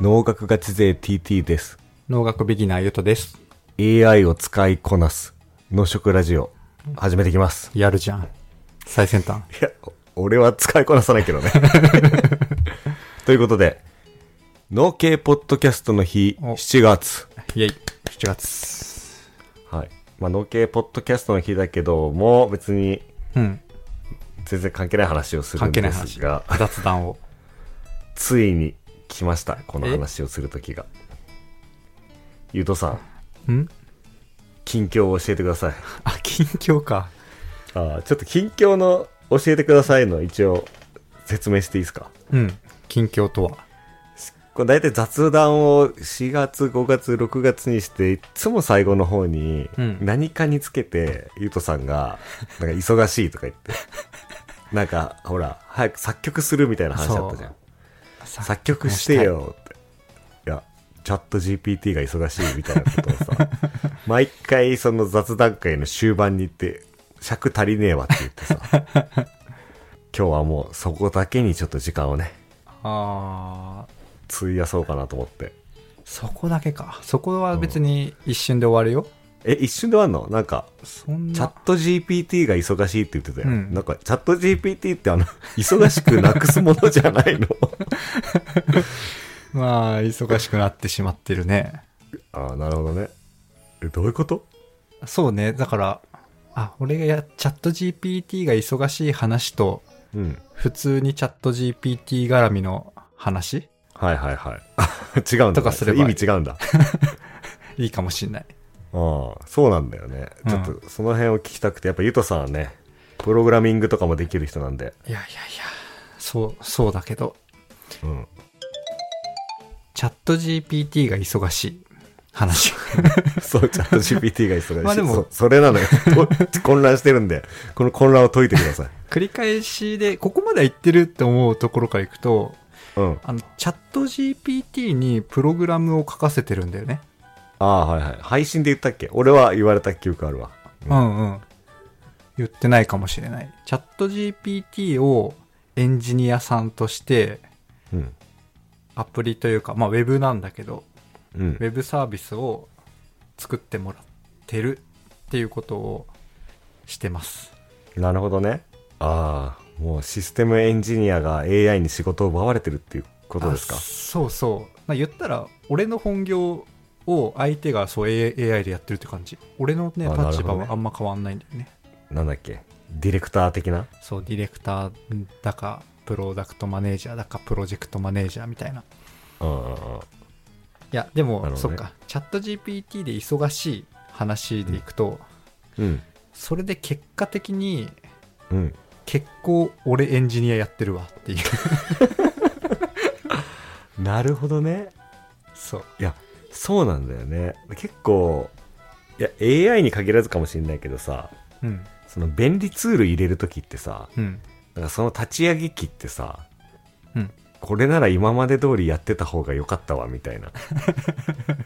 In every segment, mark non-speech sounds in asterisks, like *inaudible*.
農学ガチ勢 TT です。農学ビギナーゆとです。 AI を使いこなす、農食ラジオ、始めていきます。やるじゃん。最先端。いや、お俺は使いこなさないけど *laughs* ね。ということで、農系ポッドキャストの日、お7月。イェイ。7月。はい。まあ、農系ポッドキャストの日だけども、別にうん。全然関係ない話をする関ん係ないです話。が、雑談を。ついに来ました。このえ話をする時が。ゆうとさん、ん近況を教えてください。あ、近況か。ああ、ちょっと近況の教えてくださいの一応説明していいですかうん。近況とは。これ大体雑談を4月、5月、6月にして、いつも最後の方にうん何かにつけて、ゆうとさんが、なんか忙しいとか言って、なんかほら、早く作曲するみたいな話あったじゃん。さ作曲してよって。いや、チャット GPT が忙しいみたいなことをさ、 *laughs* 毎回その雑談会の終盤に行って、尺足りねえわって言ってさ、 *laughs* 今日はもうそこだけにちょっと時間をね、あー費やそうかなと思って。そこだけか。そこは別に一瞬で終わるよ。え、一瞬で終わんのなんか、そんチャッな。ト GPT が忙しいって言ってたよ。うんなんか、チャット GPT ってあの、 *laughs* 忙しくなくすものじゃないの *laughs* まあ、忙しくなってしまってるね。ああ、なるほどね。え、どういうことそうね。だから、あ、俺がや、チャット GPT が忙しい話と、うん。普通にチャット GPT 絡みの話はいはい *laughs* はい。違うんだね。とかすれば意味違うんだ。いいかもしんない。ああ、そうなんだよね。うんちょっとその辺を聞きたくて、やっぱゆとさんはね、プログラミングとかもできる人なんで。いやいやいや、そう、そうだけど、うん。 *laughs* チャット GPT が忙しい話。そう、チャット GPT が忙しい。まあでもそそれなのよ。こ *laughs* 混乱してるんで、この混乱を解いてください。 *laughs* 繰り返しで、ここまでは言ってるって思うところからいくと、うん。あの、チャット GPT にプログラムを書かせてるんだよね。ああ、はいはい。配信で言ったっけ俺は言われた記憶あるわ。ううんんうん。言ってないかもしれない。チャット GPT をエンジニアさんとして、うん。アプリというか、まあ、ウェブなんだけど、うんウ。ェブサービスを作ってもらってるっていうことをしてます。なるほどね。ああ、もうシステムエンジニアが AI に仕事を奪われてるっていうことですかあ。そうそう、まあ、言ったら俺の本業を相手がそう A- AI でやってるって感じ俺のねあなるほどね立場はあんま変わんないんだよねなんだっけディレクター的なそうディレクターだかプロダクトマネージャーだかプロジェクトマネージャーみたいなうんうんうん。いやでも、なるほどそっねかチャット GPT で忙しい話でいくと、うん。それで結果的にうん。結構俺エンジニアやってるわっていう *laughs* なるほどね。そういや、そうなんだよね。結構、いや、AI に限らずかもしれないけどさ、うんその便利ツール入れるときってさ、うんなんかその立ち上げ機ってさ、うんこれなら今まで通りやってた方が良かったわ、みたいな。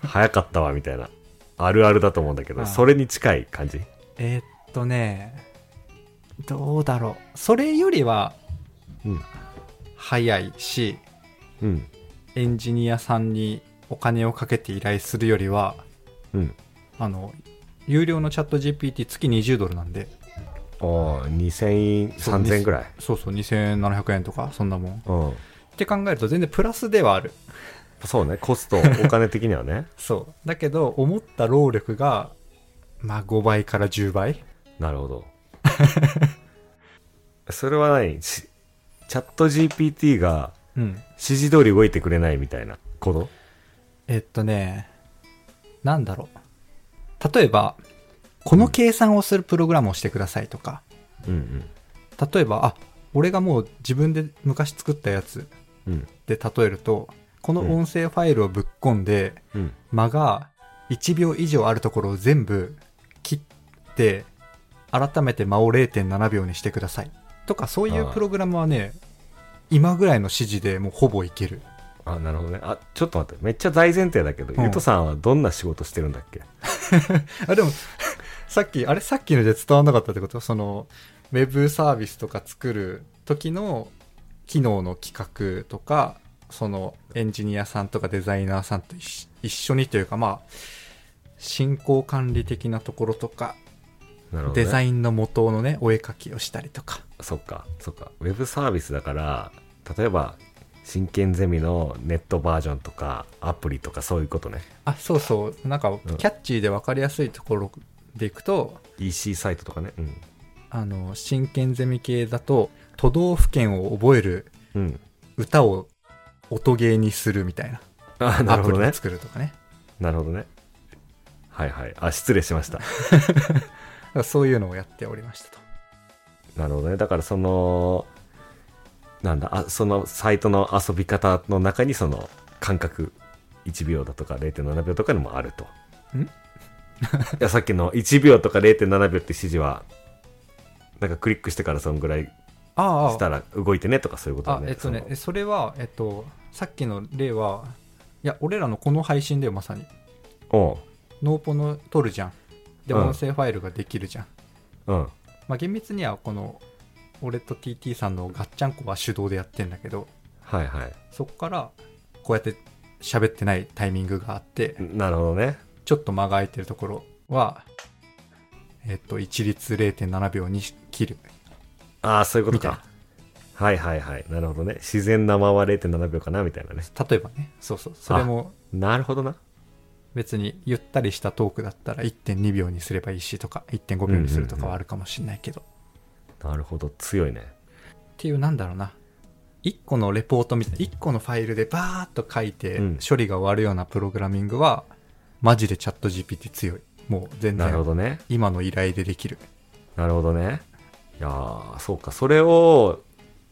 早かったわ、みたいな。あるあるだと思うんだけあど、あそれに近い感じえーっとねどうだろうそれよりはうん。早いしうん。エンジニアさんにお金をかけて依頼するよりはうん。あの有料のチャット GPT 月20ドルなんでああ、2000円、そう3000円ぐらい。そうそう2700円とかそんなもんっうん。て考えると全然プラスではあるそうね、コスト、お金的にはね。そうだけど思った労力がまあ5倍から10倍なるほど。 *laughs* それは何しチャット GPT がうん指示通り動いてくれないみたいなことえっとねなんだろう例えばこの計算をするプログラムをしてくださいとかうん例えばあ俺がもう自分で昔作ったやつうん。うん。で例えるとこの音声ファイルをぶっ込んで、うん。間が1秒以上あるところを全部切って改めて間を0.7秒にしてくださいとかそういあうあプログラムはね今ぐらいの指示でもうほぼいけるあ、なるほどね。あ、ちょっと待って。めっちゃ大前提だけど、うんゆとさんはどんな仕事してるんだっけ *laughs* あでもさっきあれさっきので伝わんなかったってことそのウェブサービスとか作る時の機能の企画とかそのエンジニアさんとかデザイナーさんと一一緒にというかまあ進行管理的なところとか、なるほど、ね。デザインの元のねお絵描きをしたりとかそっか、そっか。ウェブサービスだから、例えば、真剣ゼミのネットバージョンとか、アプリとかそういうことね。あそうそうなんかキャッチーで分かりやすいところでいくと、 EC サイトとかね。うん。あの真剣ゼミ系だと都道府県を覚えるうん。歌を音ゲーにするみたい *laughs* なあ、なアるほプどリをね。作るとかねなるほどね。はいはい。あ、失礼しました。だからそういうのをやっておりましたとなるほどね。だからその、なんだ、あそのサイトの遊び方の中にその感覚1秒だとか0.7秒とかにもあると。*laughs* んいやさっきの1秒とか0.7秒って指示は、なんかクリックしてからそんぐらいああしたら動いてねとかそういうことだあね。えっとねそそのれは、えっと、さっきの例はいや俺らのこの配信だよまさにおノーポの撮るじゃんでうん音声ファイルができるじゃん、ううん。まあ、厳密にはこの俺と TT さんのガッチャンコは手動でやってんだけどはいはい。そこからこうやって喋ってないタイミングがあってなるほどね。ちょっと間が空いてるところはえっと一律0.7秒に切るああ、そういうことみたいなか。はいはいはい。なるほどね。自然なまま0.7秒かなみたいなね。例えばねそうそうそれもなるほどな。別にゆったりしたトークだったら1.2秒にすればいいしとか1.5秒にするとかはあるかもしれないけど、なるほど。強いね。っていうなんだろうな1個のレポートみたいな1個のファイルでバーっと書いてうん処理が終わるようなプログラミングは、マジでチャット GPT 強いもう全なるほ然どね。今の依頼でできるなるほどね。いやーそうか。それを、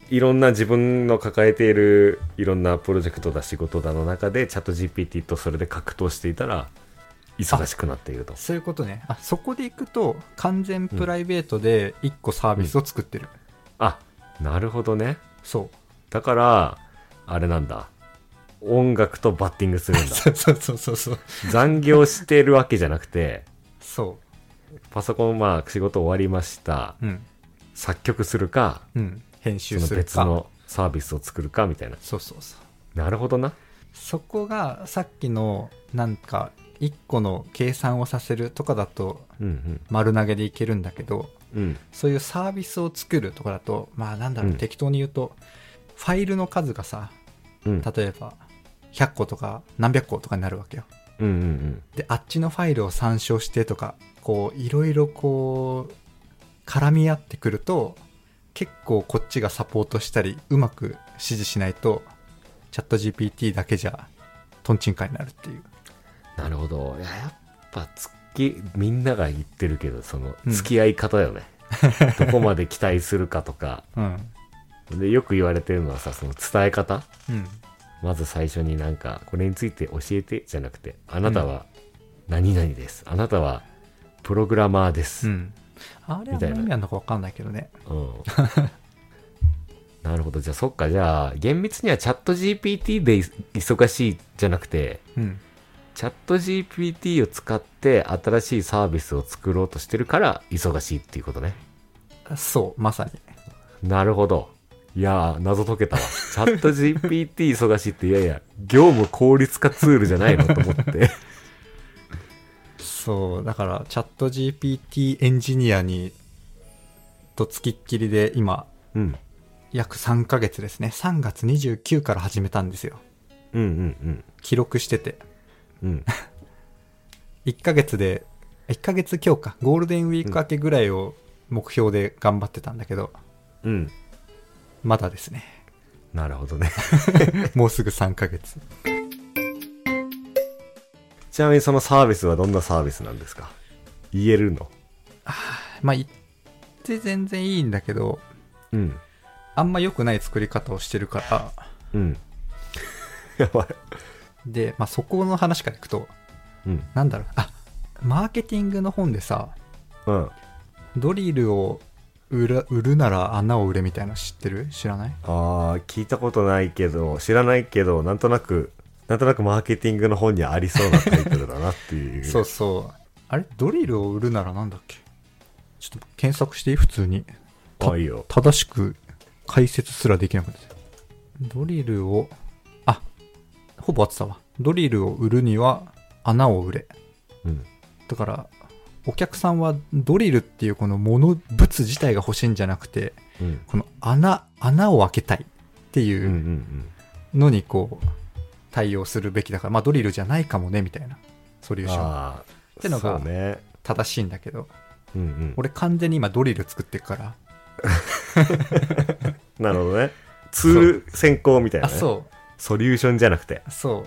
いろんな自分の抱えているいろんなプロジェクトだ仕事だの中でチャット GPT とそれで格闘していたら忙しくなっていると。そういうことねあそこでいくと完全プライベートで1個サービスを作ってる、あ、なるほどね。そう *laughs* だから、あれなんだ。音楽とバッティングするん *laughs* だ。そうそうそうそうそう残業してるわけじゃなくて、そパソコン、まあ、仕事終わりました。ううん作曲するか、うん編そ集のする別かのサービスを作るか、みたいな。そうそうそうなるほどな。そこがさっきのなんか1個の計算をさせるとかだとうん丸投げでいけるんだけどうん。うん。そういうサービスを作るとかだとまあなんだろう、うん適当に言うとファイルの数がさうん。例えば100個とか何百個とかになるわけようんうんうん。であっちのファイルを参照してとかこういろいろこう絡み合ってくると結構こっちがサポートしたりうまく指示しないとチャット GPT だけじゃとんちんかになるっていうなるほど。いや、やっぱ、つき、みんなが言ってるけど、その、うん付き合い方よね。どこまで期待するかとか。うんで、よく言われてるのはさ、その伝え方うんまず最初になんか、これについて教えてじゃなくて、あなたは何々です。あなたはプログラマーです。うんあれはみたいな何意味あるのか分かんないけどねうん *laughs* なるほど。じゃあ、そっか。じゃあ、厳密にはチャット GPT でい忙しいじゃなくて、うんチャット GPT を使って新しいサービスを作ろうとしてるから忙しいっていうことね。そうまさになるほど。いやー、謎解けたわ。チャット GPT 忙しいって、いやいや、業務効率化ツールじゃないのと思って。そうだからチャット GPT エンジニアにとつきっきりで今うん。約3ヶ月ですね3月29から始めたんですようんうん記録しててうん。うん。 1ヶ月で1ヶ月強化ゴールデンウィーク明けぐらいを目標で頑張ってたんだけど、うん。まだですね *laughs* なるほどね。もうすぐ3ヶ月ちなみにそのサービスはどんなサービスなんですか言えるのまあ言って全然いいんだけどうん。あんま良くない作り方をしてるからうん。やばい。で、まあ、そこの話からいくとうん。なんだろうあマーケティングの本でさうん。ドリルを売ら売るなら穴を売れみたいなの知ってる知らないああ、聞いたことないけど、知らないけど、なんとなく、なんとなくマーケティングの本にありそうなタイトルだなっていう。そうそうあれドリルを売るならなんだっけちょっと検索していい普通にあいいよ。正しく解説すらできなくなってるドリルをあほぼ合ってたわ。ドリルを売るには穴を売れ。うん。だから、お客さんはドリルっていうこの物、物自体が欲しいんじゃなくて、うん。この穴、穴を開けたいっていうんうんう。うんのにこう、対応するべきだから、まあドリルじゃないかもね、みたいなソリューション。ああ。ってのがそうね。正しいんだけど、うんうん。俺完全に今ドリル作ってるから、なるほど *laughs* ね。ツール先行みたいな、あ、ね。そソリューションじゃなくて。う、そ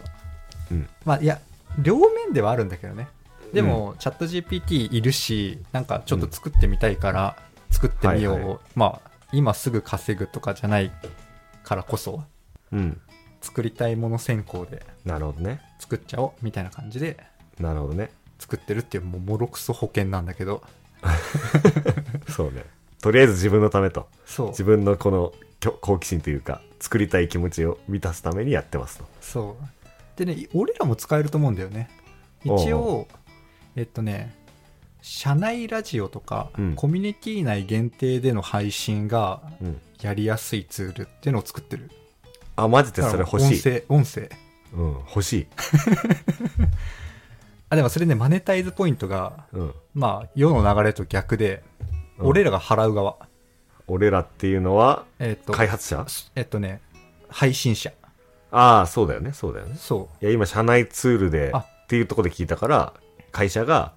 うう。んまあいや、両面ではあるんだけどね。でも、チャット GPT いるし、なんかちょっと作ってみたいから、作ってみよう、はいはまあ、今すぐ稼ぐとかじゃないからこそ、うん。作りたいもの先行でなるほどね。作っちゃおうみたいな感じでなるほどね。作ってるっていうもうもろくそ保険なんだけど、そうね。とりあえず自分のためと。そう自、分のこのきょ好奇心というか、作りたい気持ちを満たすためにやってますと。そう。でね、俺らも使えると思うんだよね。一応、えっとね、社内ラジオとか、うんコミュニティ内限定での配信がうん。やりやすいツールっていうのを作ってる。あ、マジでそれ欲しい。だから音声、音声。うん、欲しい。あ、でもそれね、マネタイズポイントが、うん。まあ、世の流れと逆で、うん俺らが払う側。俺らっていうのは、えっと、開発者えっとね、配信者。ああ、そうだよね、そうだよね。そいや、今、社内ツールで、あっていうところで聞いたから、会社が、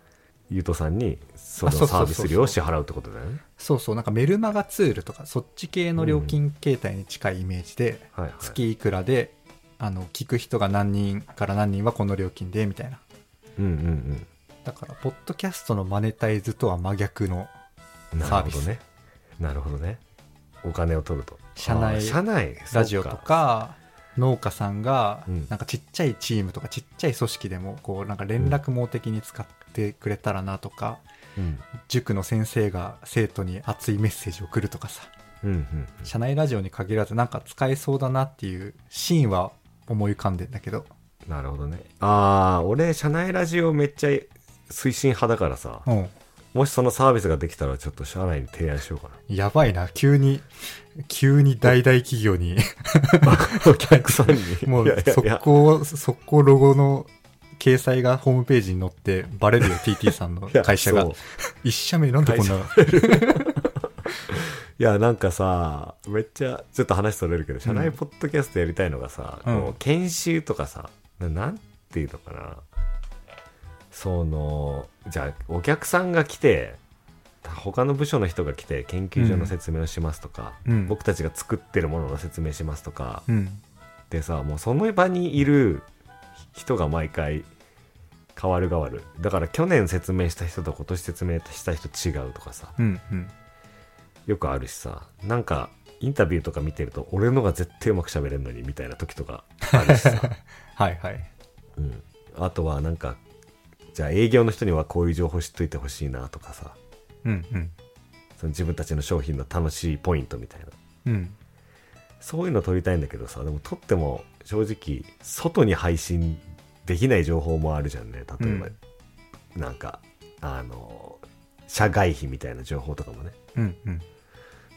ゆうとさんに、そのあそうそうサそーうそうビス料を支払うってことだよねう。。そうそう、なんかメルマガツールとか、そっち系の料金形態に近いイメージで、はい、はい。月いくらで、あの聞く人が何人から何人はこの料金でみたいなうんうんだからポッドキャストのマネタイズとは真逆のうん。なサるービほスどね。なるほどね。お金を取ると。社内あー社内、ラジオとかそうか。農家さんがうんなんかちっちゃいチームとかちっちゃい組織でもこうなんか連絡網的に使ってくれたらなとか、うん。塾の先生が生徒に熱いメッセージを送るとかさうんうん。社内ラジオに限らずなんか使えそうだなっていうシーンは思い浮かんでんだけどなるほどね。ああ、俺、社内ラジオめっちゃ推進派だからさ、うんもしそのサービスができたら、ちょっと社内に提案しようか *laughs* な。やばいな急に急に大々企業 *laughs* にお客さんに。もいうやいやい速や攻、速攻ロゴの掲載がホームページに載ってバレるよ、TT *laughs* さんのいや会社がそう。一社目なんでこんな、いや、なんかさ、めっちゃ、ちょっと話それるけど、社内ポッドキャストやりたいのがさ、うんこう研修とかさ、ななんていうのかな。その、じゃあ、お客さんが来て、他の部署の人が来て、研究所の説明をしますとか、うん僕たちが作ってるものの説明しますとか、うん。でさ、もうその場にいる人が毎回、変わる変わる。だから去年説明した人と今年説明した人違うとかさ、うん。うん。よくあるしさなんかインタビューとか見てると俺のが絶対うまく喋れんのにみたいな時とかあるしさ、はいはい。うん、あとはなんかじゃあ営業の人にはこういう情報知っといてほしいなとかさうんうん。その自分たちの商品の楽しいポイントみたいなうん。そういうの撮りたいんだけどさでも撮っても正直外に配信できない情報もあるじゃんね例えば、なんかあの社外費みたいな情報とかもねうんうん。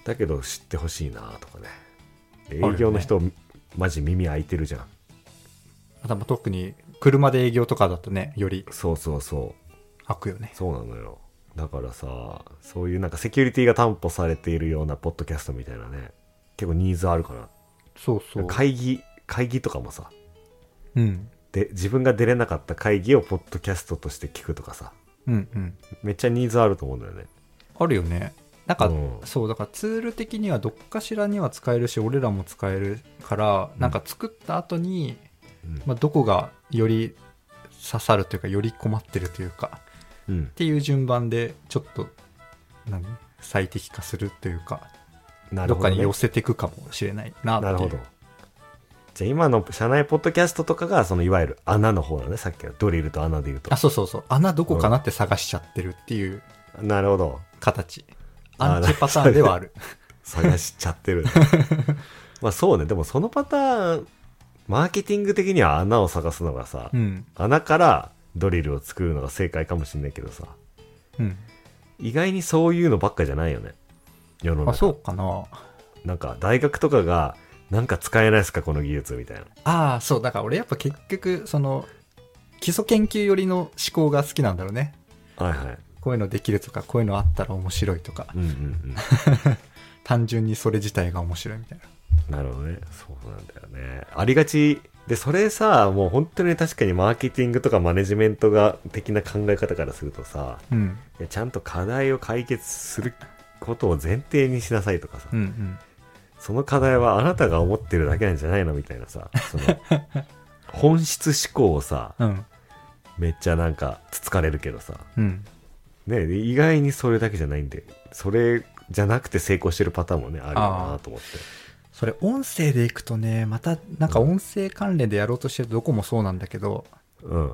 だけど知ってほしいなとかねるよね営業の人、マジ耳開いてるじゃんあとまあ特に車で営業とかだとね、よりそうそうそう開くよね。そうなのよだからさそういうなんかセキュリティが担保されているようなポッドキャストみたいなね結構ニーズあるかなそうそう。会議会議とかもさうん。で自分が出れなかった会議をポッドキャストとして聞くとかさうんうん。めっちゃニーズあると思うんだよねあるよね。なんか、うんそう、だからツール的にはどっかしらには使えるし、俺らも使えるから、なんか作った後に、うん、まあ、どこがより刺さるというかより困ってるというかうんっ、ていう順番でちょっと何最適化するというかなど,、るほっかど、にね寄、せていくかもしれないなってないうるほどじゃあ今の社内ポッドキャストとかがそのいわゆる穴の方だねさっきのドリルと穴で言うとあそうそうそう穴どこかなって探しちゃってるっていうなるほど形、あアンチパターンではある探しちゃって *laughs* るまあそうねでもそのパターンマーケティング的には穴を探すのがさ、うん穴からドリルを作るのが正解かもしれないけどさうん意外にそういうのばっかじゃないよね世のあ中そうかななんか大学とかがなんか使えないですかこの技術みたいなああそうだから俺やっぱ結局その基礎研究寄りの思考が好きなんだろうねはいはいこういうのできるとかこういうのあったら面白いとかうんうんうん単純にそれ自体が面白いみたいななるほどね。そうなんだよね。ありがち。で、それさ、もう本当に確かにマーケティングとかマネジメントが的な考え方からするとさ、うんいやちゃんと課題を解決することを前提にしなさいとかさ、うんうんその課題はあなたが思ってるだけなんじゃないのみたいなさ、その、本質思考をさ、うんめっちゃなんか、つつかれるけどさ、うんね、で意外にそれだけじゃないんで、それじゃなくて成功してるパターンもね、あるよなと思って。それ音声でいくとねまたなんか音声関連でやろうとしてるどこもそうなんだけどうん。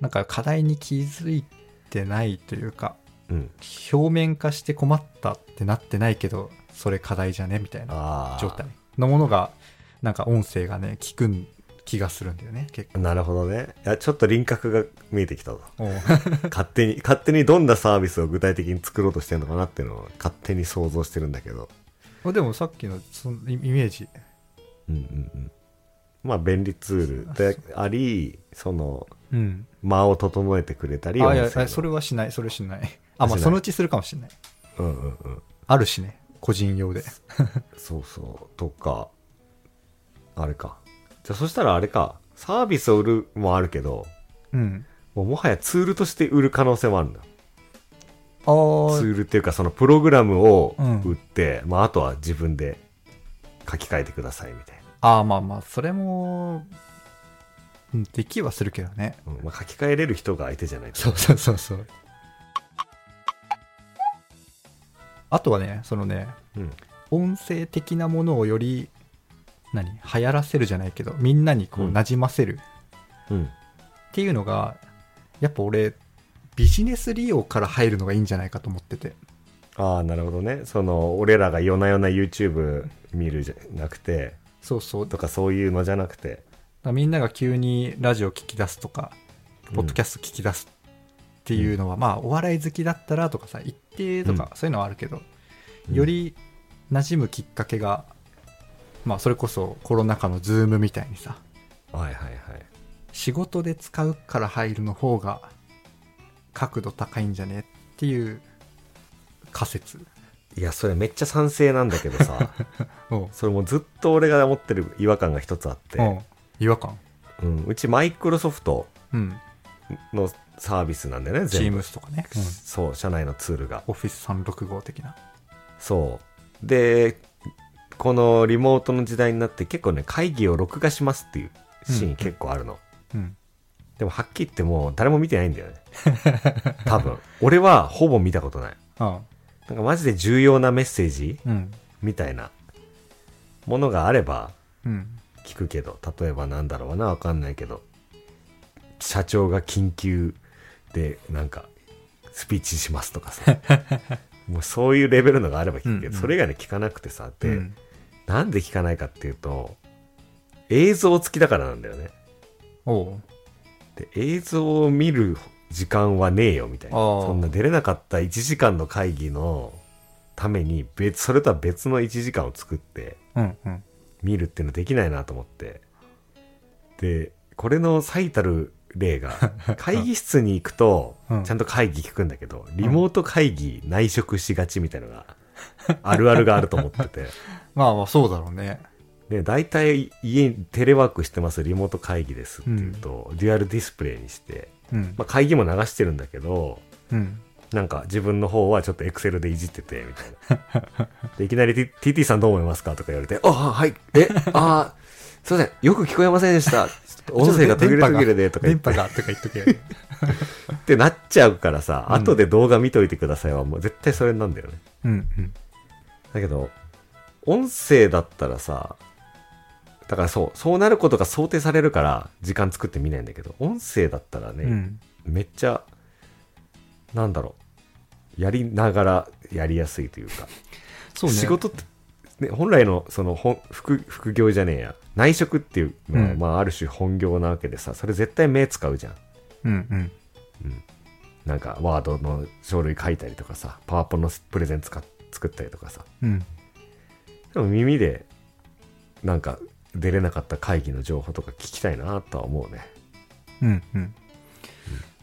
なんか課題に気づいてないというかうん。表面化して困ったってなってないけどそれ課題じゃねみたいなああ。状態のものがなんか音声がね聞くん気がするんだよね結構なるほどね。いや、ちょっと輪郭が見えてきたぞ。おう勝手に、勝手にどんなサービスを具体的に作ろうとしてるのかなっていうのを勝手に想像してるんだけど。 *laughs* まあでもさっきのそのイイメージうんうんうん。まあ、便利ツールであり、その、うん間を整えてくれたり、あいや音声のあそれはしないそれしないあしまなあいそのうちするかもしれないうんうんうん。あるしね個人用でそうそう。とか、あれか。じゃあ、そしたらあれか。サービスを売るもあるけど、うんもうもはやツールとして売る可能性もあるんだ。ああツールっていうかそのプログラムをうん売って、まあ、あとは自分で書き換えてくださいみたいああまあまあそれもうんできはするけどねな、うんまあ、書き換えれる人が相手じゃないとそうそうそうそうあとはねそのねうん、音声的なものをより何流行らせるじゃないけどみんなにこううんなじませるうん、っていうのが、やっぱ俺ビジネス利用から入るのがいいんじゃないかと思っててああなるほどねその俺らが夜な夜な YouTube 見るじゃなくてそうそうだとかかそういうのじゃなくてらみんなが急にラジオ聞き出すとかうんポッドキャスト聞き出すっていうのは、まあお笑い好きだったらとかさ一定とか、そういうのはあるけどうんより馴染むきっかけが、まあそれこそコロナ禍のズームみたいにさはいはいはい仕事で使うから入るの方が角度高いんじゃねっていう仮説いやそれめっちゃ賛成なんだけど *laughs* さをそれもうずっと俺が思ってる違和感が一つあって、うん違和感うん、うちマイクロソフトうんのサービスなんだよね全部 Teams とかね、そう社内のツールが Office365 的なそう。で、このリモートの時代になって結構ね、会議を録画しますっていうシーン結構あるの。うんでもはっきり言ってもう誰も見てないんだよね。 *laughs* 多分。俺はほぼ見たことない。あなんかマジで重要なメッセージうんみたいなものがあればうん聞くけど、例えばなんだろうな、わかんないけど、社長が緊急でなんかスピーチしますとか *laughs* さ。もうそういうレベルのがあれば聞くけど、うんうんそれ以外に聞かなくてさ、で、うんなんで聞かないかっていうと、映像付きだからなんだよね。おうで、映像を見る時間はねえよ、みたいな。あーそんな出れなかった1時間の会議のために、別、それとは別の1時間を作って、うんうん見るっていうのできないなと思って。で、これの最たる例 *laughs* が、会議室に行くとう、んちゃんと会議聞くんだけど、リモート会議内職しがちみたいなのが、あるあるがあると思ってて。まあまあそうだろうねね、大体家にテレワークしてますリモート会議ですっていうと、デュアルディスプレイにして、うん、まあ、会議も流してるんだけどうんなんか自分の方はちょっとエクセルでいじっててみたい *laughs* なでいきなり T- TT さんどう思いますかとか言われて「ああはいえああすいませんよく聞こえませんでした」ちょっと音声が途切れ途切れでとか言っ電波てがとか言っとけよね *laughs* ってなっちゃうからさ、うん後で動画見といてくださいはもう絶対それなんだよねうんうんだけど、音声だったらさ、だからそう、そうなることが想定されるから、時間作ってみないんだけど、音声だったらね、うんめっちゃ、なんだろう、やりながらやりやすいというか、そうね仕事って、ね、本来のその本副副業じゃねえや、内職っていうのは、うんまあ、ある種本業なわけでさ、それ絶対目使うじゃん。うんうんなんか、ワードの書類書いたりとかさ、パワポのプレゼン使っ作ったりとかさ、うんでも耳でなんか出れなかった会議の情報とか聞きたいなとは思うねうんうん。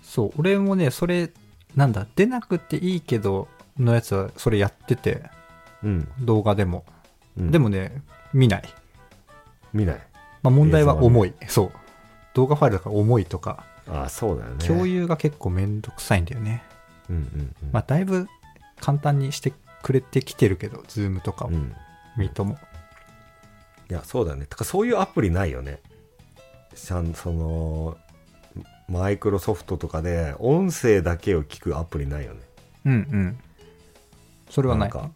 そう、俺もね、それ、なんだ、出なくていいけど、のやつは、それやってて、うん、動画でも。うん、でもね、見ない。見ないまあ、問題は重い。そう。動画ファイルだから重いとか、ああそうだよね共有が結構めんどくさいんだよね。うんうんうんまあ、だいぶ簡単にしてくれてきてるけど、ズームとかをう、んミートも。いやそうだねてかそういうアプリないよねちゃんそのマイクロソフトとかで音声だけを聞くアプリないよねうんうん。それはない。んか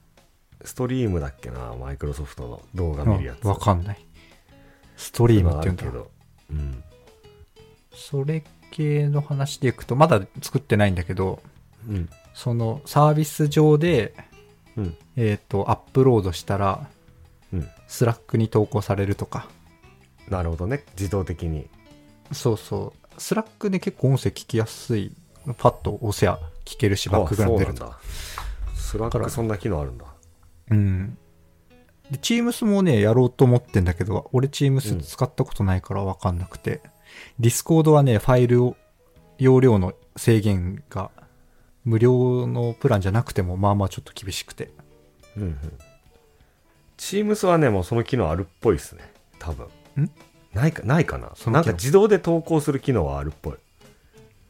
ストリームだっけなマイクロソフトの動画う見るやんつわかんない。ストリームってあ言うんるだけどうんそれ系の話でいくと、まだ作ってないんだけど、うんそのサービス上で、うんえっ、と、アップロードしたら、うんスラックに投稿されるとか。なるほどね自動的にそうそう。スラックで結構音声聞きやすい。パッと押せば聞けるし、バックグラウンド出ると。あそうなんだスラかッらクそんな機能あるんだうん。で、Teams もね、やろうと思ってんだけど、俺う Teams ん使ったことないからわかんなくて。Discord はね、ファイルを、容量の制限が、無料のプランじゃなくても、まあまあちょっと厳しくて。うんうん Teams はねもうその機能あるっぽいですね多分んないかないかなそなのん機能か自動で投稿する機能はあるっぽい、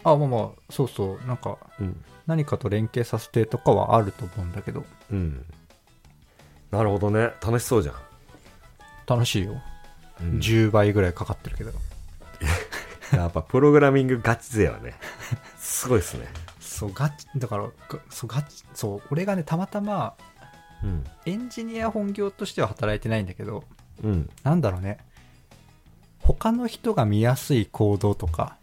あ、まあまあ、そうそう。なんか、うん、何かと連携させてとかはあると思うんだけどうん。なるほどね。楽しそうじゃん。楽しいよ、うん10倍ぐらいかかってるけどやっぱプログラミングガチ勢はね、 *laughs* すごいですね。そうガチだからがそうガチそう俺がねたまたまうん。エンジニア本業としては働いてないんだけどうん。なんだろうね他の人が見やすい行動とか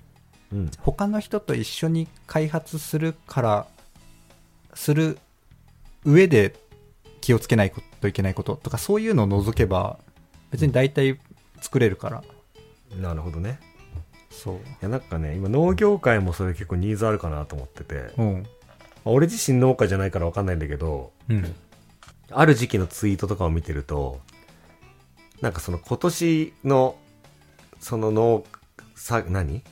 うん。他の人と一緒に開発するからする上で気をつけないといけないこととかそういうのを除けば別に大体作れるから、なるほどね。そういや、なんかね、今農業界もそれ結構ニーズあるかなと思ってて、まあうん俺自身農家じゃないからわかんないんだけど、うんある時期のツイートとかを見てると、なんかその今年の、その農、さ、何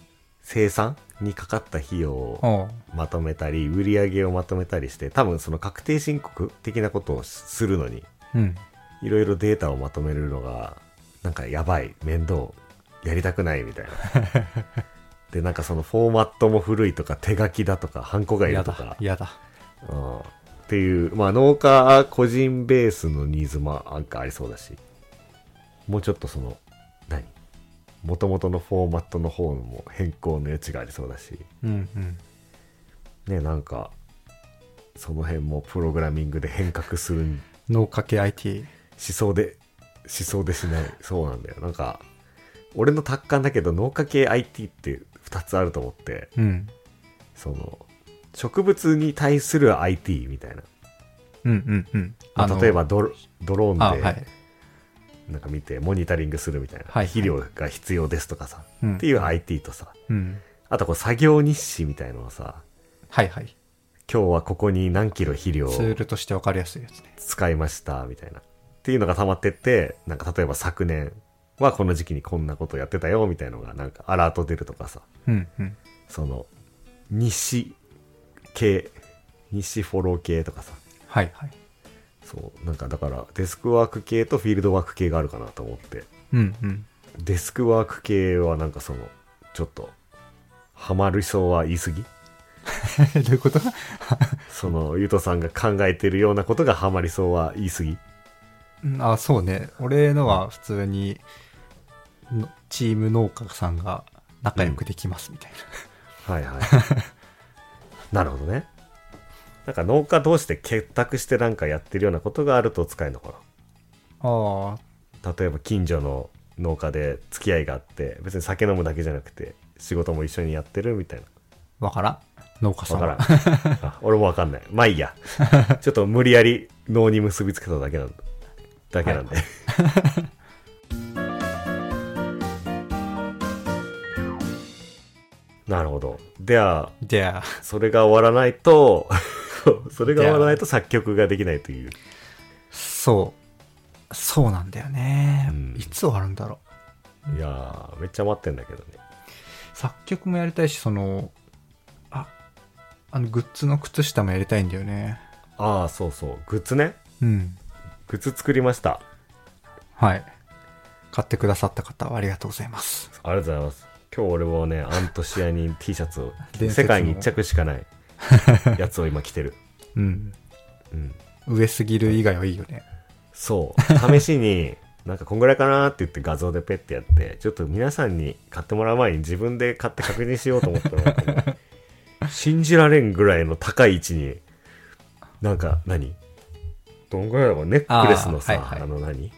生産にかかった費用をあまとめたり売り上げをまとめたりして多分その確定申告的なことをするのにあうんいろいろデータをまとめるのがなんかやばい面倒やりたくないみたいなでなんかそのフォーマットも古いとか手書きだとかハンコがいやるとかだ、、やだ。うん、っていうまあ農家個人ベースのニーズもなんかありそうだしもうちょっとその何元々のフォーマットの方のも変更の余地がありそうだしうんうん。ねなんかその辺もプログラミングで変革する思脳かけ IT。想で思想でしないそうなんだよなんか俺の達観だけど農家系 IT って2つあると思ってうん。その植物に対する IT みたいな、うんうんうん。まあの例えば、ドロドロあ、ーンはでい。なんか見てモニタリングするみたいな、はい肥料が必要ですとかさ、うんっていう IT とさうん。あとこう作業日誌みたいのをさはいはい。今日はここに何キロ肥料をツールとして分かりやすいやつね。使いましたみたいなっていうのが溜まってってなんか例えば昨年はこの時期にこんなことやってたよみたいのがなんかアラート出るとかさうんうん。その西系西フォロー系とかさはいはい。そうなんかだからデスクワーク系とフィールドワーク系があるかなと思ってうんうん。デスクワーク系はなんかそのちょっとハマるそうは言い過ぎ *laughs* どういうことそのゆうとさんが考えてるようなことがハマりそうは言い過ぎうんあ、そうね。俺のは普通に、のチーム農家さんが仲良くできますみたいはい *laughs* はい。なるほどね。なんか農家同士で結託してなんかやってるようなことがあると使えるのかな。 *laughs* ああ、な例えば近所の農家で付き合いがあって、別に酒飲むだけじゃなくて、仕事も一緒にやってるみたいな。わからん。農家さわんかはらん。あ俺もわかんない。まあいい *laughs* や。ちょっと無理やり脳に結びつけただけなんだ。だけなんで。なるほど。では、であ、それが終わらない *laughs* とそれが終わらないと作曲ができないというそそうなんだよね、うんいつ終わるんだろういやーめっちゃ待ってんだけどね作曲もやりたいしそのああのグッズの靴下もやりたいんだよねああそうそうグッズねうんグッズ作りましたはい買ってくださった方はありがとうございますありがとうございます今日俺もねアントシアニン T シャツを伝世説の界に一着しか *laughs* ないやつを今着てるうんうん上すぎる以外はいいよねそう。試しに、なんかこんぐらいかなって言って画像でペッてやって、ちょっと皆さんに買ってもらう前に自分で買って確認しようと思ったのがもう信じられんぐらいの高い位置に、なんか何どんぐらいだろうネックレスのさ、ああ,、ーはいはいの何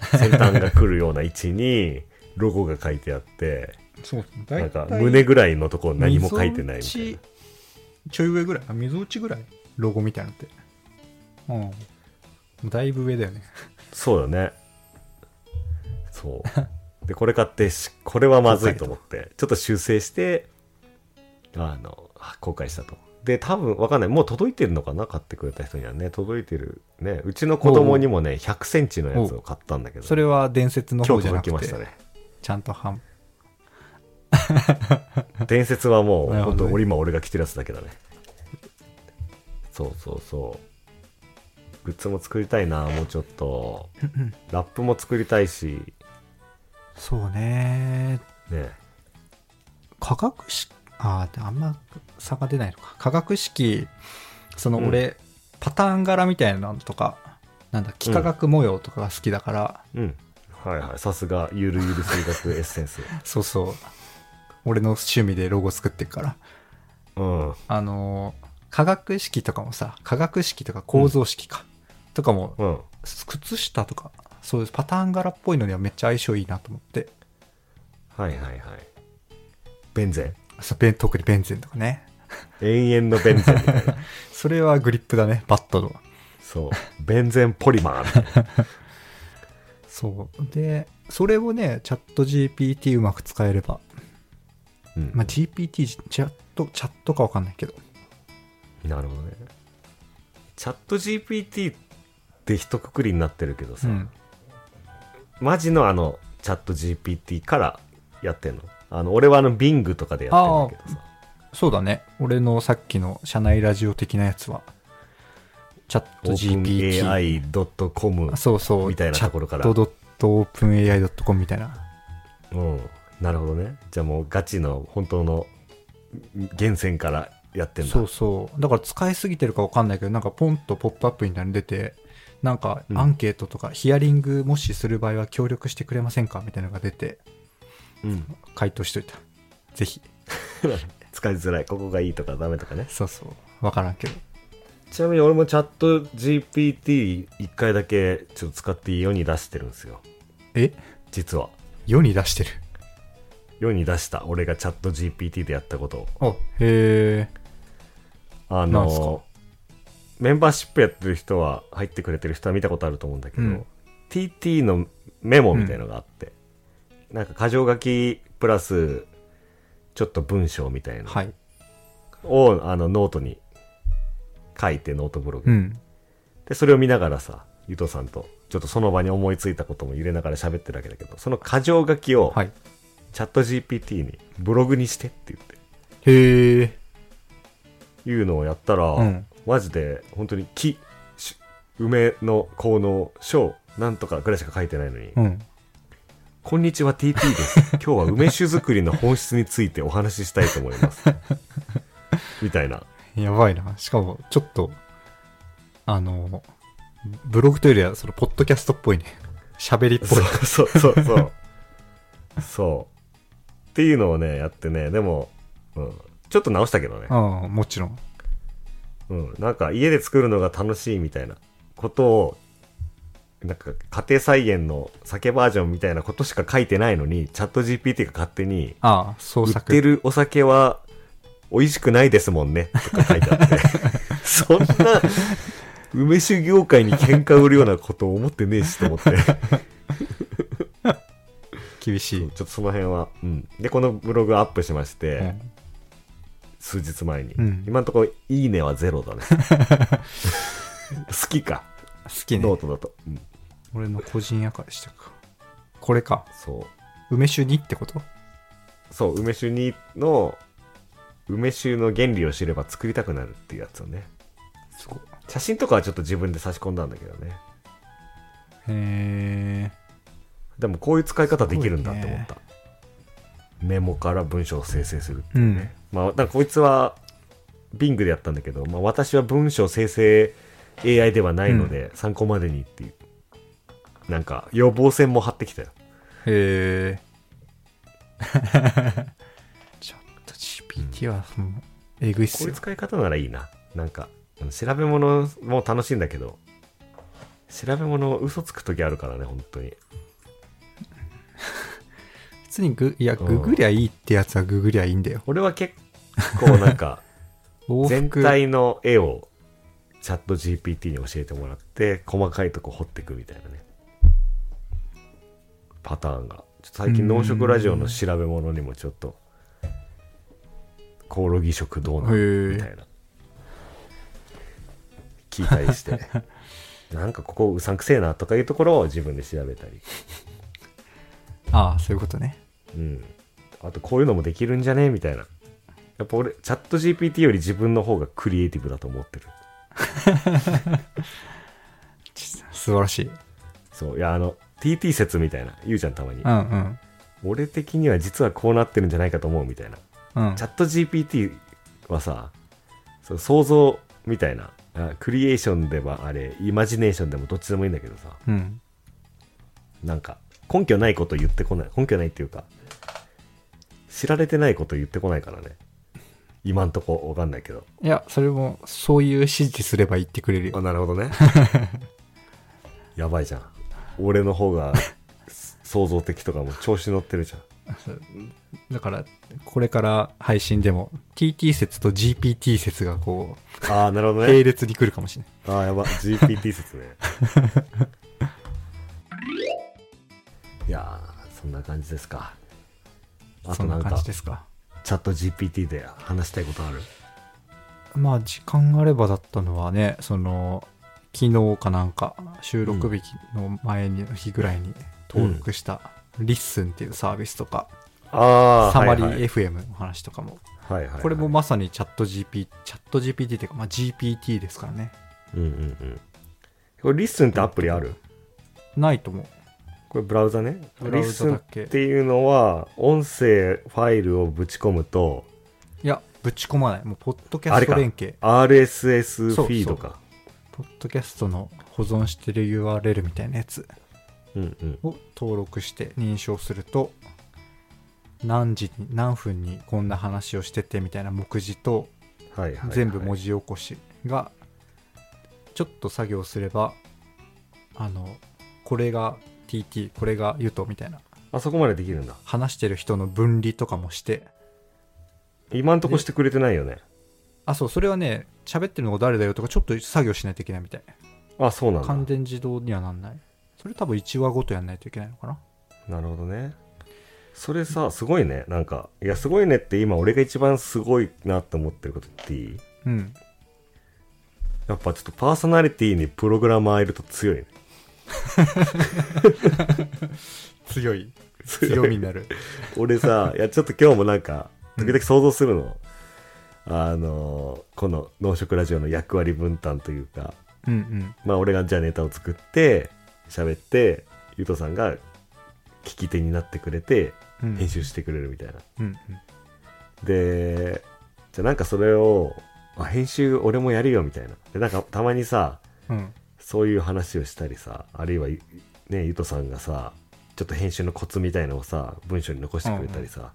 先端が来るような位置に、ロゴが書いてあって、そうだなんか胸ぐらいのところ何も書いてないみたいな。ちょい上ぐらいあ溝落ちぐらいロゴみたいなのってうんだいぶ上だよねそうよね。そう。で、これ買ってし、これはまずいと思って、ちょっと修正して、あの、あ後悔したと。で、多分わかんない。もう届いてるのかな買ってくれた人にはね。届いてる。ね。うちの子供にもね、100センチのやつを買ったんだけど、それは伝説の今方日じゃな届きくまして、たね。ちゃんと半伝説はもう、なるほ本どね当俺今俺が着てるやつだけだね。そうそうそう。グッズも作りたいな、もうちょっ *laughs* と。ラップも作りたいし、そうねね。化学式あああんま差が出ないのか化学式その俺、パターン柄みたいなのとかなんだ幾何学模様とかが好きだから、うん。はいはい。さすが、ゆるゆる数学エッセ *laughs* ンス。そうそう俺の趣味でロゴ作ってるからうん。あのー化学式とかもさ化学式とか構造式か、とかもうん。靴下とかそういうパターン柄っぽいのにはめっちゃ相性いいなと思ってはいはいはい。ベンゼン。そうベン特にベンゼンとかね永遠のベンゼンみたい *laughs* な。それはグリップだねバットのそう。ベンゼンポリマーみたいな。そうでそれをねチャット GPT うまく使えればうん。まあ、GPT チャットチャットかわかんないけどなるほどね。チャット GPT って一括りになってるけどさ、うんマジのあの、チャット GPT からやってんの。あの、俺はあの、Bing とかでやってるんだけどさ。そうだね俺のさっきの社内ラジオ的なやつはチャット GPT openai.com あ。そうそうみたいなところからチャット .openai.com みたいなうん。なるほどね。じゃあもうガチの、本当の、源泉からやってんだ。そうそうだから使いすぎてるかわかんないけどなんかポンとポップアップになり出てなんかうんアンケートとかヒアリングもしする場合は協力してくれませんかみたいなのが出てうん、 *laughs* 回答しといたぜひ使いづらいここがいいとかダメとかねそうそうわからんけどちなみに俺もチャット GPT1 回だけちょっと使って世に出してるんですよえ実は世に出してる世に出した俺がチャット GPT でやったことをあへえあなんすかのメンバーシップやってる人は入ってくれてる人は見たことあると思うんだけど、うん TT のメモみたいのがあって、なんか箇条書きプラスちょっと文章みたいなはいを、あのノートに書いてノートブログにうん。で、それを見ながらさ、ゆとさんと、ちょっとその場に思いついたことも入れながら喋ってるわけだけど、その箇条書きを、はい。チャット GPT にブログにしてって言って、へえ。いうのをやったら、うんマジで、本当に木、し梅の効能、小、なんとかぐらいしか書いてないのに、うん。こんにちは TT です。今日は梅酒作りの本質についてお話ししたいと思います。みたいな。やばいな。しかも、ちょっと、あの、ブログというよりは、その、ポッドキャストっぽいね。喋りっぽそい。うそうそうそう。そう。っていうのをね、やってね、でも、うん、ちょっと直したけどね。ああ、もちろん。うん、なんか家で作るのが楽しいみたいなことを、なんか家庭菜園の酒バージョンみたいなことしか書いてないのに、チャット GPT が勝手に、ああ、創売っ作。てるお酒は美味しくないですもんね、とか書いてあ *laughs* って。そんな、梅酒業界に喧嘩売るようなことを思ってねえしと思って。厳しそうい。ちょっとその辺は、うん、でこのブログアップしまして、うん数日前に、うん今のところ「いい *laughs* ね」はゼロだね好きか、好きねノー。トだと、うん俺の個人アカでしたかこれかそう梅酒にってことそう梅酒にの梅酒の原理を知れば作りたくなるっていうやつをねすごい写真とかはちょっと自分で差し込んだんだけどねへえでもこういう使い方できるんだって思った、メモから文章を生成するっていうね、まあなんかこいつは Bing でやったんだけど、まあ、私は文章生成 AI ではないので、参考までにっていうなんか予防線も張ってきたよへえ *laughs* ちょっと GPT はそのえぐいっこすういうよ使い方ならいいななんかあの調べ物も楽しいんだけど調べ物嘘つく時あるからね本当に普通にグいやうんググりゃいいってやつはググりゃいいんだよ俺は結構なんか往復全体の絵をチャット GPT に教えてもらって細かいとこ掘ってくみたいなねパターンがちょっと最近「農食ラジオ」の調べ物にもちょっとコオロギ食どうなへのーみたいな聞いたりしてなんかここうさんくせえなとかいうところを自分で調べたりああそういうことねうん、あとこういうのもできるんじゃねみたいなやっぱ俺チャット GPT より自分の方がクリエイティブだと思ってるち素晴らしいそういやあの TT 説みたいな言うじゃんたまにうんうん俺的には実はこうなってるんじゃないかと思うみたいなうんチャット GPT はさそう想像みたいなあクリエーションではあれイマジネーションでもどっちでもいいんだけどさうんなんか根拠ないこと言ってこない根拠ないっていうか知られてないこと言ってこないからね今んとこわかんないけどいやそれもそういう指示すれば言ってくれるあよなるほどねやばいじゃん俺の方 *laughs* が想像的とかも調子乗ってるじゃんだからこれから配信でも TT 説と GPT 説がこうああなるほど並ね列に来るかもしれないああやば GPT 説 *laughs* ねいやーそんな感じですかあそとんななん感かじでチすかャット GPT で話したいことあるまあ時間があればだったのはねその昨日かなんか収録日の前の日ぐらいに登録した、リッスンっていうサービスとか、あサマリはいはーい FM の話とかも、はいはいはいこれもまさにチャット GP、チャット GPT っていうか、まあ、GPT ですからね。うんうんうんこれリッスンってアプリあるないと思う。これブラウザねブラウザだっけリスンっていうのは音声ファイルをぶち込むといや、ぶち込まない。もう、ポッドキャあれスかト連携。 RSS フィードかポッドキャストの保存してる URL みたいなやつうんうんを登録して認証すると、何時に、何分にこんな話をしててみたいな目次と、はいはいはい、全部文字起こしがちょっと作業すればあのこれが TT これがゆとみたいなあそこまでできるんだ話してる人の分離とかもして今んとこしてくれてないよねあそうそれはね喋ってるのが誰だよとかちょっと作業しないといけないみたいあそうなんだ完全自動にはなんないそれ多分1話ごとやんないといけないのかななるほどねそれさすごいねなんかいやすごいねって今俺が一番すごいなって思ってることっていいうんやっぱちょっとパーソナリティにプログラマーいると強いね強い強い強みになる俺さ *laughs* いやちょっと今日もなんか時々想像するの、あのこの「農食ラジオ」の役割分担というかうんうんまあ俺がじゃあネタを作って喋ってゆうとさんが聞き手になってくれてうん編集してくれるみたいな、うんうんでじゃあなんかそれをあ編集俺もやるよみたいなでなんかたまにさうんそういう話をしたりさあるいはゆねゆとさんがさちょっと編集のコツみたいのをさ文章に残してくれたりさ、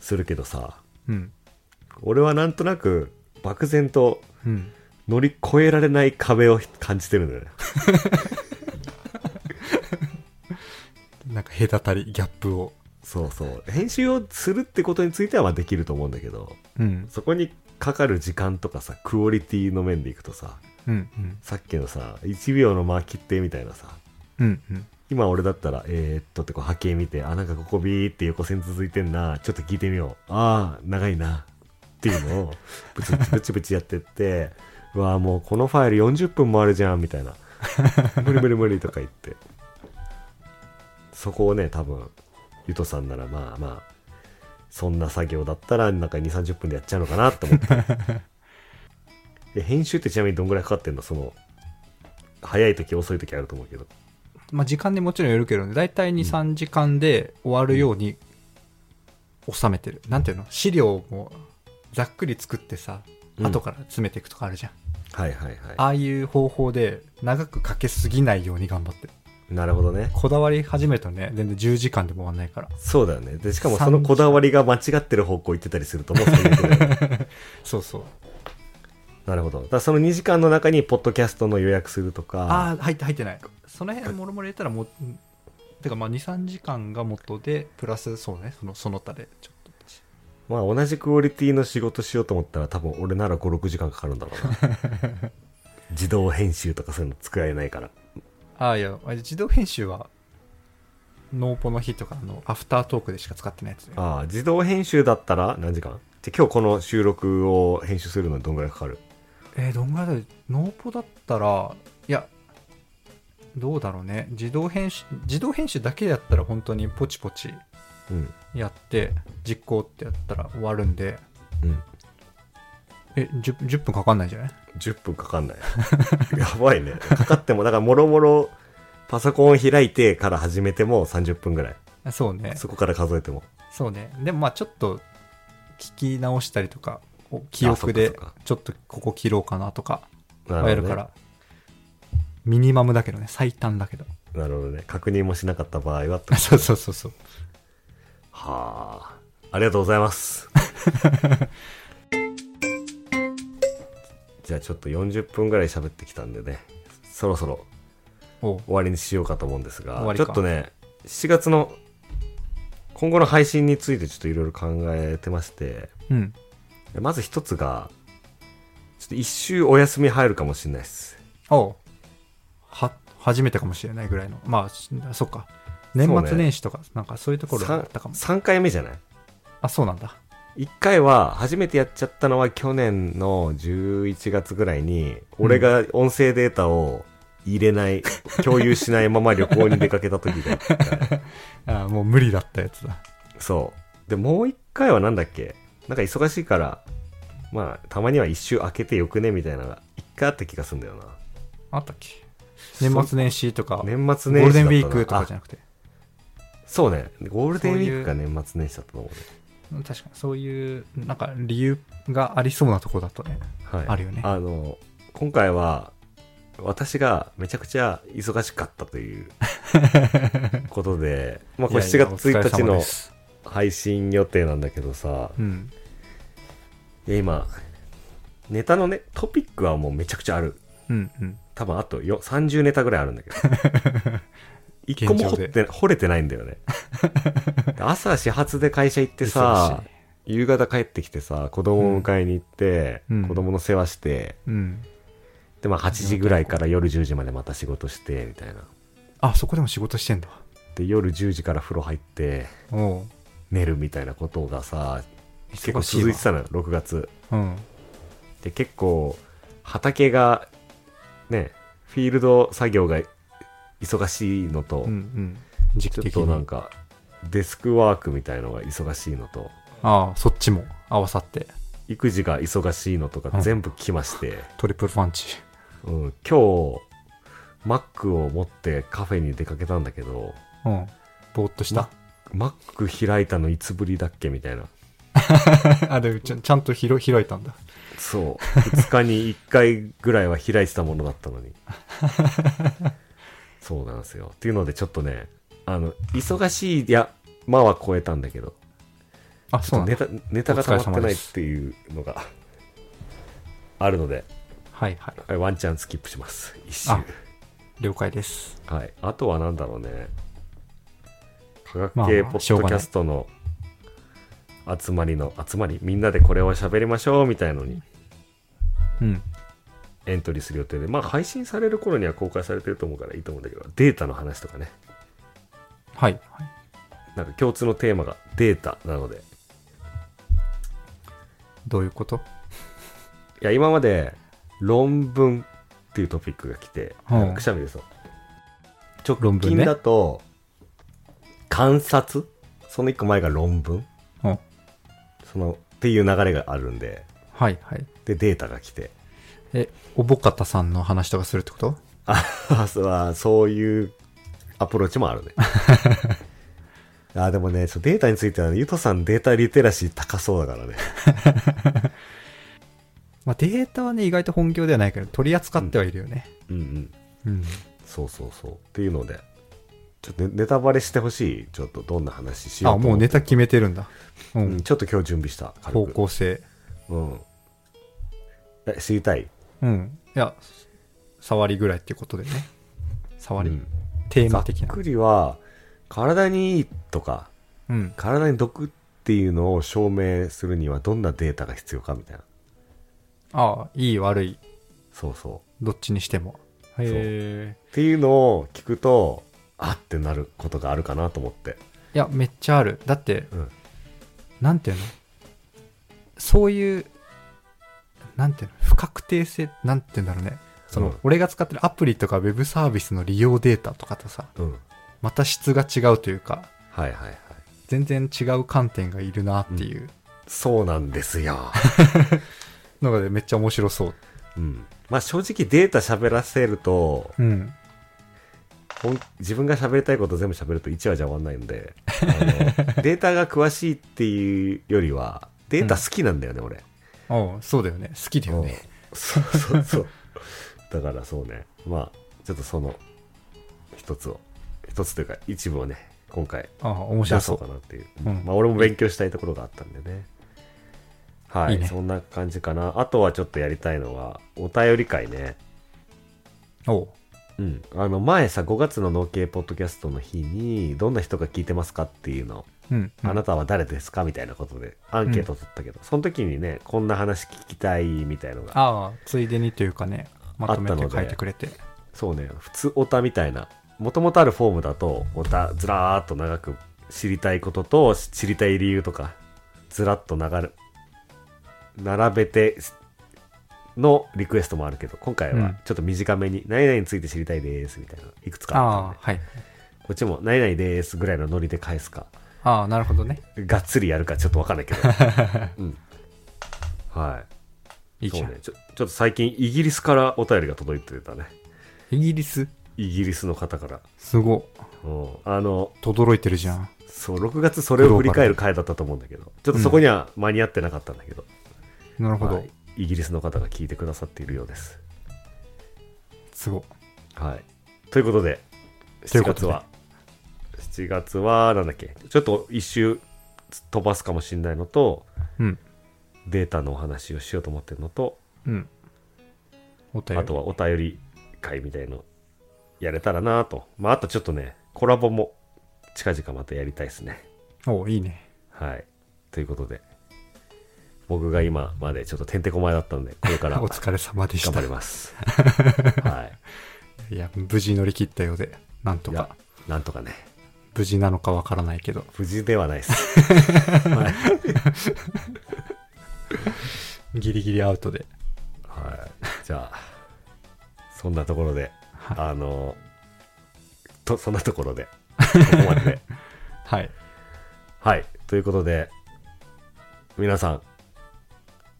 するけどさうん俺はなんとなく漠然とうん乗り越えられない壁を感じてるんだよねなんか隔たりギャップをそうそう編集をするってことについてはまあできると思うんだけどうんそこにかかる時間とかさクオリティの面でいくとさうんうんさっきのさ1秒の間切ってみたいなさうんうん今俺だったらえー、っとってこう波形見てあなんかここビーって横線続いてんなちょっと聞いてみようああ長いなっていうのを *laughs* ブチブチブチブチやってってうわーもうこのファイル40分もあるじゃんみたいな無理無理無理とか言ってそこをね多分ゆとさんならまあまあそんな作業だったらなんか2 3 0分でやっちゃうのかなと思ってで編集ってちなみにどんぐらいかかってんのその早い時遅い時あると思うけどまあ、時間でもちろんよるけどね大体23時間で終わるように収めてる、なんていうの資料もざっくり作ってさうん後から詰めていくとかあるじゃん、はいはいはああいう方法で長くかけすぎないように頑張ってるいなるほどねこだわり始めたらね全然10時間でも終わんないからそうだよねでしかもそのこだわりが間違ってる方向行ってたりするともう最悪だよねそうそうなるほどだからその2時間の中にポッドキャストの予約するとかああー入って入ってないその辺もろもろ入れたらもううんてかまあ23時間が元でプラスそうねそのその他でちょっとまあ同じクオリティの仕事しようと思ったら多分俺なら56時間かかるんだろうな自動編集とかそういうの作られないからああいや自動編集はノーポの日とかのアフタートークでしか使ってないやつねああ自動編集だったら何時間じゃあ今日この収録を編集するのにどんぐらいかかるえーどんぐらいだろうノーポだったらいやどうだろうね自動編集自動編集だけだったら本当にポチポチうんやって実行ってやったら終わるんでうんえ 10, 10分かかんないんじゃない10分かかんない *laughs* やばいねかかってもだからもろもろパソコンを開いてから始めても30分ぐらいあそうねそこから数えてもそうねでもまあちょっと聞き直したりとかお記憶そでっかそっかちょっとここ切ろうかなとかなやるからミニマムだけどね最短だけど *laughs* なるほどね確認もしなかった場合はってことそうそうそうそうはあありがとうございます *laughs* じゃあちょっと40分ぐらい喋ってきたんでねそろそろおう終わりにしようかと思うんです終がわりちょかっとね7月の今後の配信についてちょっといろいろ考えてましてうんまず一つがちょっと一周お休み入るかもしれないですおうは初めてかもしれないぐらいのまあしそっか年末年始とか、なんかそういうところだったかも 3, 回目じゃないあそうなんだ1回は初めてやっちゃったのは去年の11月ぐらいに俺が音声データを入れ *laughs* ない、共有しないまま旅行に出かけた時が一回あもう無理だったやつだそうでもう1回はなんだっけなんか忙しいからまあたまには一周開けてよくねみたいなのが1回あった気がするんだよなあったっけ年末年始とか年末ゴ年ール始だっデたンなウィークとかじゃあなくてそうねゴールデンウィークが年末年始だったと思うね確かにそういうなんか理由がありそうなとこだとねはい、あるよねあの今回は私がめちゃくちゃ忙しかったという *laughs* ことで、まあ、これ7月いやいやお疲1れ日様でのす配信予定なんだけどさうんいや今ネタのねトピックはもうめちゃくちゃあるうんうん多分あとよ30ネタぐらいあるんだけど *laughs* 一個も掘っ現て掘れてないんだよ *laughs* ね朝始発で会社行ってさ忙しい夕方帰ってきてさ子供を迎えに行って、うん子供の世話して、うんでまあ8時ぐらいから夜10時までまた仕事してみたいなあそこでも仕事してんだで夜10時から風呂入っておう寝るみたいなことがさ結構忙しいわ続いてたのよ6月うんで結構畑がねフィールド作業が忙しいのと、うんうん時期ちょっ的となんにかデスクワークみたいのが忙しいのとああそっちも合わさって育児が忙しいのとうかん全部来まして、トリプルパンチうん今日マックを持ってカフェに出かけたんだけどうんぼーっとした Mac 開いたのいつぶりだっけみたいな *laughs* あでもちゃんちゃんと拾開いたんだそう2日に1回ぐらいは開いてたものだった *laughs* のにそうなんですよっていうのでちょっとねあの忙しいいやまあは超えたんだけどあそうなんネだタネタが溜まってお疲れな様いでっすていうのがあるのではいはいワンチャンスキップします一周あ了解ですはい、あとは何だろうね科学まあ系まあポしょッうドがキなャいストの集まりの集まりみんなでこれを喋りましょうみたいのにうんエントリーする予定でまあ配信される頃には公開されてると思うからいいと思うんだけどデータの話とかねはいなんか共通のテーマがデータなのでどういうこといや今まで論文っていうトピックが来て、うんくしゃみでそう論直文近ねだと、観察その一個前が論文うんそのっていう流れがあるんではいはいでデータが来てえおぼかたさんの話とかするってことあそうあそういうアプローチも *laughs* あるねあでもねそうデータについては、ね、ゆとさんデータリテラシー高そうだからねまあ、データはね意外と本業ではないけど取り扱ってはいるよねうんうんうん、そうそうそうっていうのでちょっとねネタバレしてほしいちょっとどんな話しようあともう思ってネタ決めてるんだううんん、ちょっと今日準備した軽方く向性うんえ知りたいうんいや触りぐらいっていうことでね触り、うんテーざマっ的なくりは体にいいとかうん体に毒っていうのを証明するにはどんなデータが必要かみたいなああいい悪いそうそうどっちにしてもへえっていうのを聞くとあってなることがあるかなと思っていやめっちゃあるだって、うんなんていうのそういうなんていうの不確定性なんていうんだろうねその、うん俺が使ってるアプリとかウェブサービスの利用データとかとさうんまた質が違うというかはいはいはい全然違う観点がいるなっていうそうなんですよ、のがねめっちゃ面白そう。うん、まあ正直データ喋らせるとうん。本自分が喋りたいこと全部喋ると1話じゃ終わんないんであ *laughs* のデータが詳しいっていうよりはデータ好きなんだよね、俺おうそうだよね。好きだよね。うんそうそうそうだからそうねまあちょっとその一つを一つというか一部をね今回ああ、面白出そそうかう。なっていう、うんまあ俺も勉強したいところがあったんでねはいいいねそんな感じかなあとはちょっとやりたいのはお便り会ねおううんあの前さ5月の農系ポッドキャストの日にどんな人が聞いてますかっていうの、うん。うんあなたは誰ですかみたいなことでアンケート取ったけど、その時にねこんな話聞きたいみたいのがああ、ついでにというかね、まとめあったのてで書いてくれて。そうね普通オタみたいなもともとあるフォームだとオタずらーっと長く知りたいこととし知りたい理由とかずらっと流れ並べてのリクエストもあるけど今回うはんちょっと短めに「何々について知りたいです」みたいないくつかあったんああで、はい。こっちも「何々です」ぐらいのノリで返すかああ、なるほどね。がっつりやるかちょっとわかん *laughs* ないけど、うん、はいいじゃ。そうんねちょちょっと最近イギリスからお便りが届いてたねイギリスイギリスの方からすごい。うんあのとどろいてるじゃん。そう6月それを振り返る回だったと思うんだけどちょっとそこには間に合ってなかったんだけど、なるほはどい。イギリスの方が聞いてくださっているようです、すごい。はい、ということでと7いうこと月では7月はなんだっけちょっと一周飛ばすかもしれないのとうん。データのお話をしようと思ってるのとうん。お便り。あとはお便り会みたいのやれたらなと、まあ、あとちょっとねコラボも近々またやりたいですねおういいね。はい。ということで、僕が今までちょっとてんてこまいだったので、これから *laughs* お頑疲れ様でし張た。りい *laughs* ます。はい。や、無事乗り切ったようで、なんといやか。、なんとかね、無事なのかわからないけど。無事では *laughs* ないです。はい。ギリギリアウトで。はいじゃあ、そんなところで、はいあの、と、そんなところ *laughs* で、ここまでで。はい。はい。ということで、皆さん、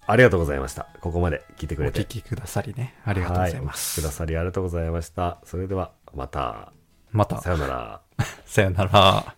ありがとうございました。ここまで聞いてくおれて。聞きくださりね。ありがとうございまはお聞きくだす。さりありがとうございました。それでは、また。またさ、よなら。さよなら。